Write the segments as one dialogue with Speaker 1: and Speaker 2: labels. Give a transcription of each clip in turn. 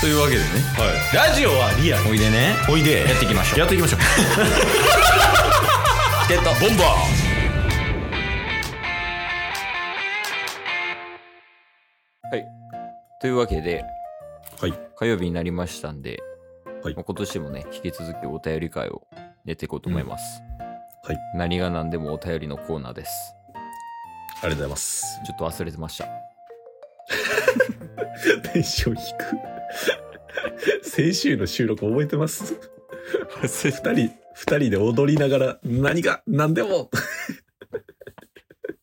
Speaker 1: というわけでね
Speaker 2: ラジオはリアル
Speaker 1: おいでね
Speaker 2: おいで
Speaker 1: やっていきましょう
Speaker 2: やっていきましょう
Speaker 1: チケットボンバーはいというわけで
Speaker 2: はい
Speaker 1: 火曜日になりましたんで、
Speaker 2: はい
Speaker 1: まあ今年もね引き続きお便り会をやっていこうと思います、
Speaker 2: うんはい
Speaker 1: 何が何でもお便りのコーナーです
Speaker 2: ありがとうございます
Speaker 1: ちょっと忘れてました
Speaker 2: テンション低く先週の収録覚えてます二人二人で踊りながら何が何でも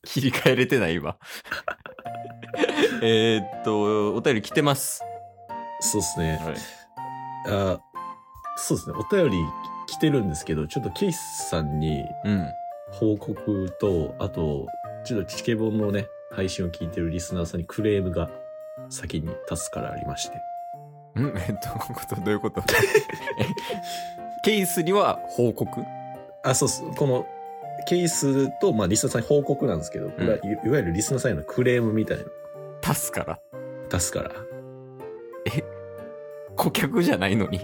Speaker 1: 切り替えれてない今 えーっとお便り来てます、
Speaker 2: そうですね
Speaker 1: はい、
Speaker 2: あそうですねお便り来てるんですけどちょっとケイスさんに
Speaker 1: うん
Speaker 2: 報告とあとちょっとチケボンのね配信を聞いてるリスナーさんにクレームが先に立つからありまして
Speaker 1: ん えっと、こういうこと、どういうこと えケースには報告
Speaker 2: あ、そうっす。この、ケースと、まあ、リスナーさんに報告なんですけど、これはいいわゆるリスナーさんへのクレームみたいなの
Speaker 1: 足すから。
Speaker 2: 出すから。
Speaker 1: 顧客じゃない のに。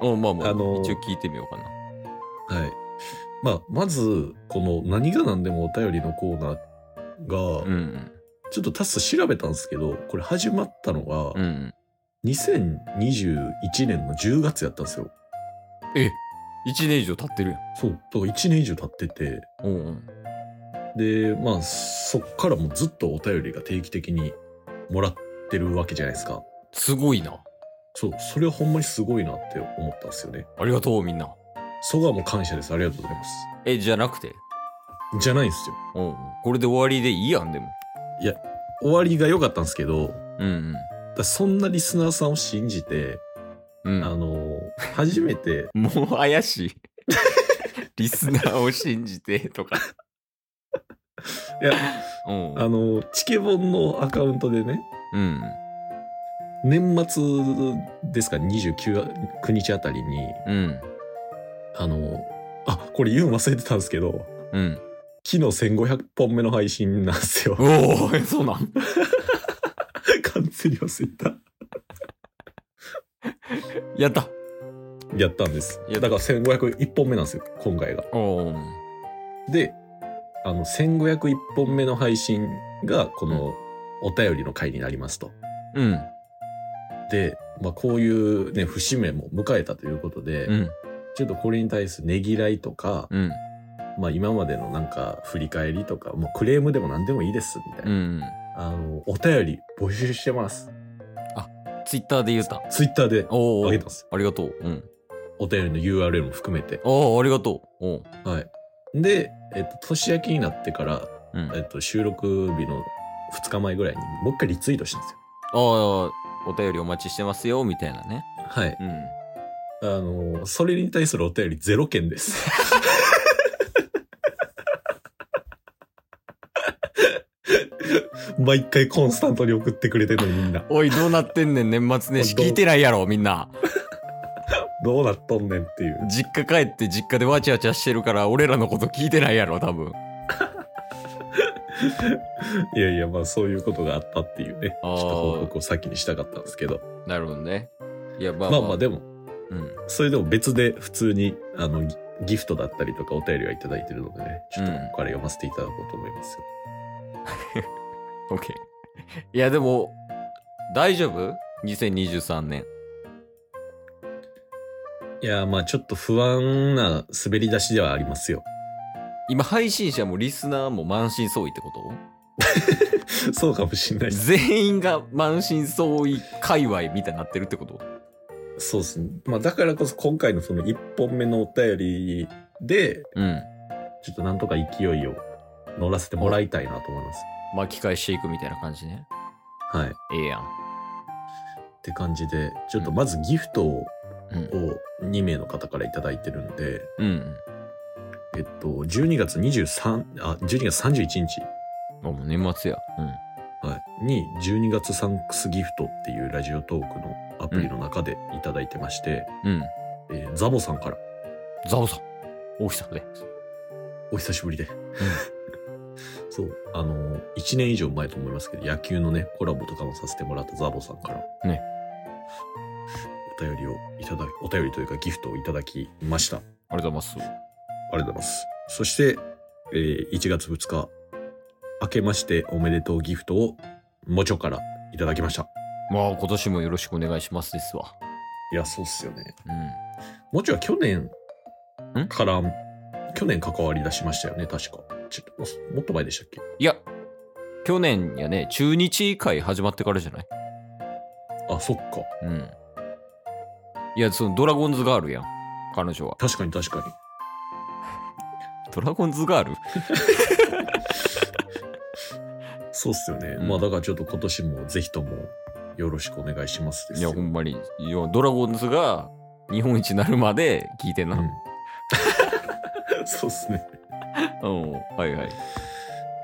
Speaker 1: おまあまあ、
Speaker 2: あの
Speaker 1: 一応聞いてみようかな。
Speaker 2: はい。まあ、まず、この、何が何でもお便りのコーナーが、
Speaker 1: うん
Speaker 2: ちょっとタス調べたんですけど、これ始まったのが
Speaker 1: うん。う、ん
Speaker 2: 2021年の10月やったんですよ。
Speaker 1: うん。え、1年以上経ってるやん。
Speaker 2: そう。だから1年以上経ってて、
Speaker 1: おうおう
Speaker 2: で、まあ、そっからもずっとお便りが定期的にもらってるわけじゃないですか。
Speaker 1: すごいな。
Speaker 2: そう。それはほんまにすごいなって思ったんですよね。
Speaker 1: ありがとう、みんな。
Speaker 2: そこはもう感謝です。ありがとうございます。
Speaker 1: え、じゃなくて。
Speaker 2: じゃないんですよ。
Speaker 1: おうおうこれで終わりでいいやん、でも。
Speaker 2: 終わりが良かったんですけど、
Speaker 1: うん
Speaker 2: だそんなリスナーさんを信じて、
Speaker 1: うん。うん
Speaker 2: あの、初めて、
Speaker 1: もう怪しい。 リスナーを信じてとか。
Speaker 2: いや、
Speaker 1: うん
Speaker 2: あの、チケボンのアカウントでね、
Speaker 1: うん。
Speaker 2: 年末ですか、29 9日あたりに、
Speaker 1: うん。
Speaker 2: あの、あ、これ言うの忘れてたんですけど、
Speaker 1: うん。
Speaker 2: 昨日1500本目の配信なんですよ。
Speaker 1: おお、えそうなん
Speaker 2: 完全に忘れた。
Speaker 1: やった。
Speaker 2: やったんです。
Speaker 1: いや
Speaker 2: だから1501本目なんですよ、今回が。
Speaker 1: おお。
Speaker 2: で、あの、1501本目の配信が、この、お便りの回になりますと。
Speaker 1: うん。
Speaker 2: で、まあ、こういうね、節目も迎えたということで、
Speaker 1: うん。
Speaker 2: ちょっとこれに対するねぎらいとか、
Speaker 1: うん。
Speaker 2: まあ、今までのなんか振り返りとか、もうクレームでも何でもいいです、みたいな。
Speaker 1: うん。
Speaker 2: あの、お便り募集してます。
Speaker 1: ツイッターで言うた。
Speaker 2: ツイッターで
Speaker 1: おお。
Speaker 2: あ
Speaker 1: あ
Speaker 2: げたんです。
Speaker 1: りがとう。うん。
Speaker 2: お便りの URL も含めて。
Speaker 1: おお、ありがとう。おう
Speaker 2: はい。で、えっと、年明けになってから、
Speaker 1: うん。
Speaker 2: え
Speaker 1: あ
Speaker 2: っと、収録日の2日前ぐらいにもう一回リツイートしたんですよ。
Speaker 1: あ、お便りお待ちしてますよ、みたいなね。
Speaker 2: はい。
Speaker 1: うん。
Speaker 2: あの、それに対するお便りゼロ 件です。毎回コンスタントに送ってくれてるのにみんな。
Speaker 1: おい、どうなって んねん、年末年始。
Speaker 2: 本当
Speaker 1: 聞いてないやろ、みんな。
Speaker 2: どうなっとんねんっていう。
Speaker 1: 実家帰って実家でわちゃわちゃしてるから、俺らのこと聞いてないやろ、多分。
Speaker 2: いやいや、まあそういうことがあったっていうね。ち
Speaker 1: あ
Speaker 2: ょ
Speaker 1: ー
Speaker 2: っと報告を先にしたかったんですけど。
Speaker 1: なるほどね。いや、まあ
Speaker 2: ま
Speaker 1: ま
Speaker 2: あ
Speaker 1: あ、
Speaker 2: まあでも、
Speaker 1: うん。
Speaker 2: それでも別で普通に、あの、ギギフトだったりとかお便りはいただいてるのでね、ちょっとここから読ませていただこうと思いますよ。
Speaker 1: オッケ ー。いや、でも、大丈夫 ?2023 年。
Speaker 2: いや、まあちょっと不安な滑り出しではありますよ。
Speaker 1: 今、配信者もリスナーも満身創痍ってこと
Speaker 2: そうかもしんないです
Speaker 1: 全員が満身創痍界隈みたいになってるってこと
Speaker 2: そうですね。まあだからこそ今回のその1本目のお便りで、
Speaker 1: うん
Speaker 2: ちょっとなんとか勢いを乗らせてもらいたいなと思います。
Speaker 1: 巻き返していくみたいな感じね
Speaker 2: はい。っ
Speaker 1: ええやん
Speaker 2: て感じで、ちょっとまずギフトを
Speaker 1: うん
Speaker 2: 2名の方からいただいてるんで、
Speaker 1: うん
Speaker 2: えっと、12月23、あ、12月31日、
Speaker 1: あもう年末や
Speaker 2: はい、に12月サンクスギフトっていうラジオトークのアプリの中でいただいてまして、
Speaker 1: うんうん
Speaker 2: えーザボさんから
Speaker 1: ザボさん大きさんで
Speaker 2: お久しぶりで。そう、あの、1年以上前と思いますけど、野球のね、コラボとかもさせてもらったザボさんから、
Speaker 1: ね。
Speaker 2: お便りをいただき、お便りというかギフトをいただきました。あ
Speaker 1: ありがとうございます。
Speaker 2: りがとうございます。そして、えー1月2日、明けましておめでとうギフトを、もちょからいただきました。
Speaker 1: まあ今年もよろしくお願いしますですわ。
Speaker 2: いや、そうっすよね。
Speaker 1: うん。
Speaker 2: もちは去年
Speaker 1: ん
Speaker 2: から、去年関わり出しましたよね、確か。ちょっと、もっと前でしたっけ
Speaker 1: いや、去年やね、中日会始まってからじゃない
Speaker 2: あ、そっか。
Speaker 1: うん。いや、そのドラゴンズガールやん。彼女は。
Speaker 2: 確かに確かに。
Speaker 1: ドラゴンズガール
Speaker 2: そうっすよね。
Speaker 1: うん
Speaker 2: まあだからちょっと今年もぜひともよろしくお願いしますです
Speaker 1: いや、
Speaker 2: よ。
Speaker 1: ほんまに。いや、ドラゴンズが日本一になるまで聞いてんな。
Speaker 2: うん そうっすね。
Speaker 1: うん。はいはい。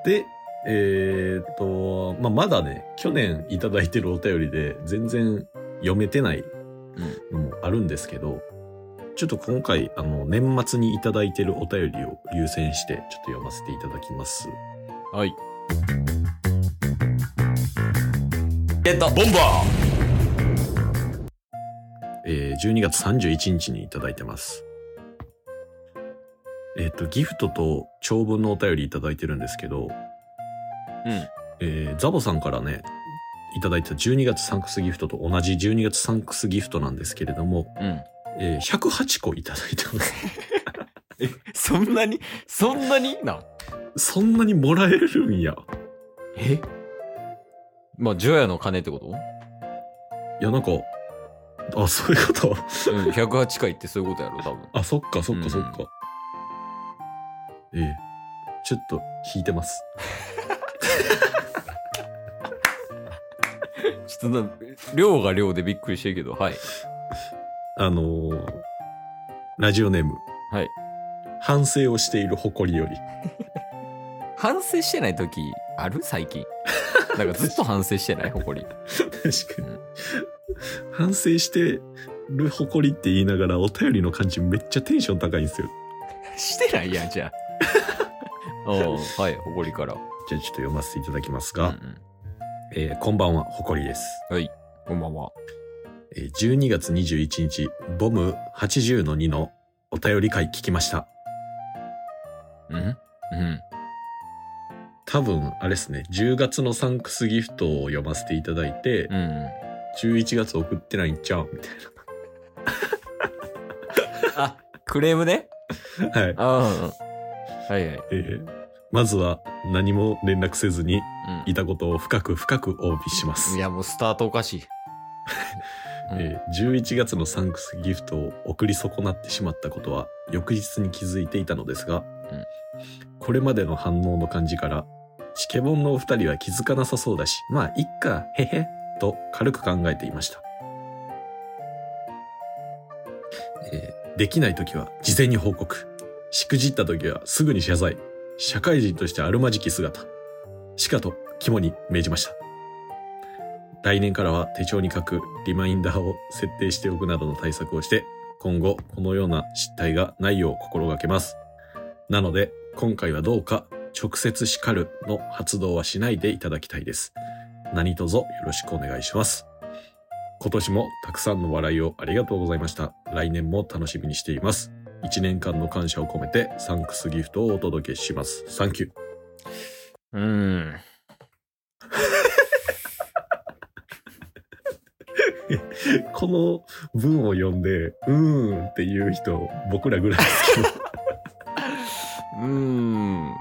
Speaker 2: で、えーっと、まあまだね、去年いただいてるお便りで全然読めてないのもあるんですけど、ちょっと今回、あの、年末にいただいてるお便りを優先して、ちょっと読ませていただきます。
Speaker 1: はい。ゲットボンバー
Speaker 2: えー12月31日にいただいてます。えっ、と、ギフトと長文のお便りいただいてるんですけど、
Speaker 1: うん。
Speaker 2: えーザボさんからね、いただいた12月サンクスギフトと同じ12月サンクスギフトなんですけれども、
Speaker 1: うん。
Speaker 2: えー108個いただいてます。
Speaker 1: え、そんなにそんなにな。
Speaker 2: そんなにもらえるんや。
Speaker 1: えまあ、除夜の鐘ってこと
Speaker 2: いや、なんか、あ、そういうこと。
Speaker 1: う ん、108回ってそういうことやろ、多分。
Speaker 2: あ、そっか、そっ
Speaker 1: うん
Speaker 2: か、そっか。ええちょっと、引いてます。
Speaker 1: ちょっとな、量が量でびっくりしてるけど、はい。
Speaker 2: あのーラジオネーム、
Speaker 1: はい。
Speaker 2: 反省をしている誇りより。
Speaker 1: 反省してない時ある最近。なんかずっと反省してない、誇り。
Speaker 2: 確か
Speaker 1: う
Speaker 2: に。反省してる誇りって言いながら、お便りの感じめっちゃテンション高いんですよ。
Speaker 1: してないやん、じゃあ。お うはい、誇りから。
Speaker 2: じゃあちょっと読ませていただきます
Speaker 1: うんう
Speaker 2: が、
Speaker 1: ん
Speaker 2: えーこんばんは、誇りです。
Speaker 1: はい、こんばんは。
Speaker 2: えー12月21日、ボム80の2のお便り会聞きました。
Speaker 1: うんうん。
Speaker 2: 多分、あれですね、10月のサンクスギフトを読ませていただいて、
Speaker 1: うんうん。
Speaker 2: 11月送ってないんちゃうみ た
Speaker 1: あ、クレームね。
Speaker 2: いな。はい。
Speaker 1: あうんうん。はいはい。
Speaker 2: えーまずは何も連絡せずに
Speaker 1: う
Speaker 2: いたことを深く深くお詫びします。
Speaker 1: ん。いや、もうスタートおかしい。 うん
Speaker 2: えー11月のサンクスギフトを送り損なってしまったことは翌日に気づいていたのですが、
Speaker 1: うん
Speaker 2: これまでの反応の感じから、チケボンのお二人は気づかなさそうだし、まあ、いっか、へへ、と軽く考えていました。えーできない時は事前に報告。しくじった時はすぐに謝罪。社会人としてあるまじき姿。しかと肝に銘じました。来年からは手帳に書くリマインダーを設定しておくなどの対策をして、今後このような失態がないよう心がけます。なので、今回はどうか直接叱るの発動はしないでいただきたいです。何卒よろしくお願いします。今年もたくさんの笑いをありがとうございました。来年も楽しみにしています。一年間の感謝を込めてサンクスギフトをお届けします。サンキュー。
Speaker 1: うん。
Speaker 2: この文を読んで、うーんっていう人、僕らぐらいですけど。
Speaker 1: うーん。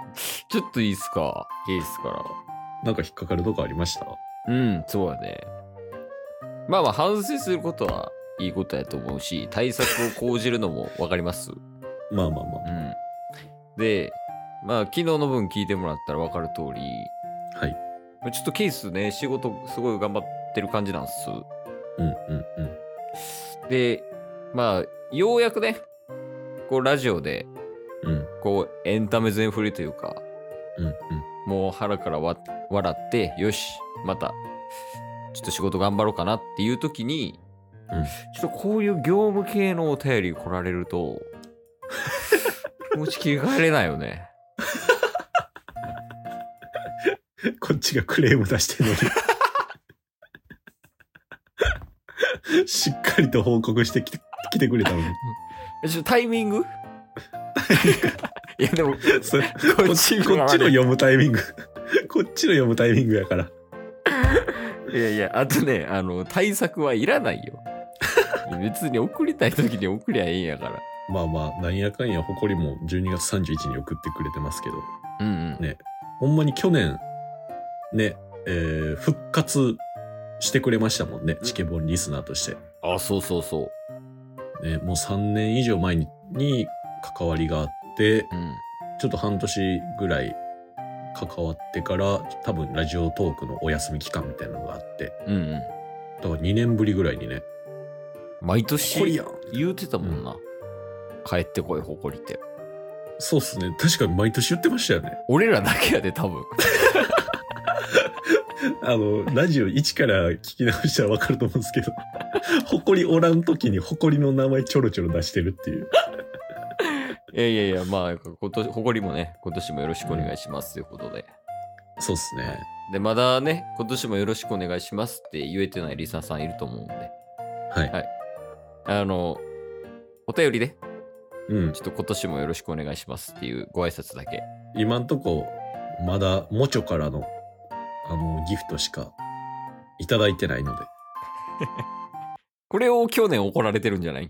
Speaker 1: ちょっといいっすか。いいっすから。
Speaker 2: なんか引っかかるとこありました
Speaker 1: うん、そうだね。まあまあ、反省することはいいことやと思うし、対策を講じるのもわかります。う
Speaker 2: まあまあま
Speaker 1: ん。で、まあ、昨日の分聞いてもらったらわかる通り、
Speaker 2: あ。はい。
Speaker 1: まあちょっとケースね、仕事すごい頑張ってる感じなんです。
Speaker 2: うんうんうん。
Speaker 1: で、まあ、ようやくね、こう、ラジオで、
Speaker 2: うん
Speaker 1: こう、エンタメ全振りというか、
Speaker 2: うん
Speaker 1: もう腹からわ笑って、よし、また、ちょっと仕事頑張ろうかなっていう時に、
Speaker 2: うん
Speaker 1: ちょっとこういう業務系のお便り来られると、気持ち切り替えれないよね。
Speaker 2: こっちがクレーム出してるの に。しっかりと報告してきて来てくれたのに。
Speaker 1: えちょっとタイミングいやでもこ
Speaker 2: それこ
Speaker 1: っ
Speaker 2: っち
Speaker 1: ち
Speaker 2: こっちの
Speaker 1: よ
Speaker 2: 読むタイミング。 こっちの読むタイミングやから。
Speaker 1: いやいやあとねあの対策はいらないよ別に送りたい時に送りゃいいんやから
Speaker 2: まあまあ、なんやかんや、誇りも12月31日に送ってくれてますけど、
Speaker 1: うんうん、
Speaker 2: ねほんまに去年、ね、えー復活してくれましたもんね、チケボンリスナーとして。
Speaker 1: あそうそうそう
Speaker 2: ね、もう3年以上前にに関わりがあって、
Speaker 1: うん
Speaker 2: ちょっと半年ぐらい関わってから、多分ラジオトークのお休み期間みたいなのがあって、
Speaker 1: うんうん
Speaker 2: だから2年ぶりぐらいにね、
Speaker 1: 毎
Speaker 2: こり
Speaker 1: 年
Speaker 2: やん
Speaker 1: 言うてたもんな、帰ってこい誇りって
Speaker 2: そうっすね。確かに毎年言ってましたよね。
Speaker 1: 俺らだけやで多 分
Speaker 2: あの、ラジオ1から聞き直したらわかると思うんですけど、誇りおらん時に誇りの名前ちょろちょろ出してるっていう。
Speaker 1: いやいやいやまあ今年誇りもね今年もよろしくお願いしますということで、
Speaker 2: そうっすね。
Speaker 1: でまだね今年もよろしくお願いしますって言えてないリサさんいると思うんで
Speaker 2: はい。
Speaker 1: はいあのお便りで
Speaker 2: うん。
Speaker 1: ちょっと今年もよろしくお願いしますっていうご挨拶だけ
Speaker 2: 今んとこ、まだ、もちょからの、あの、ギフトしか、いただいてないので。
Speaker 1: これを去年怒られてるんじゃない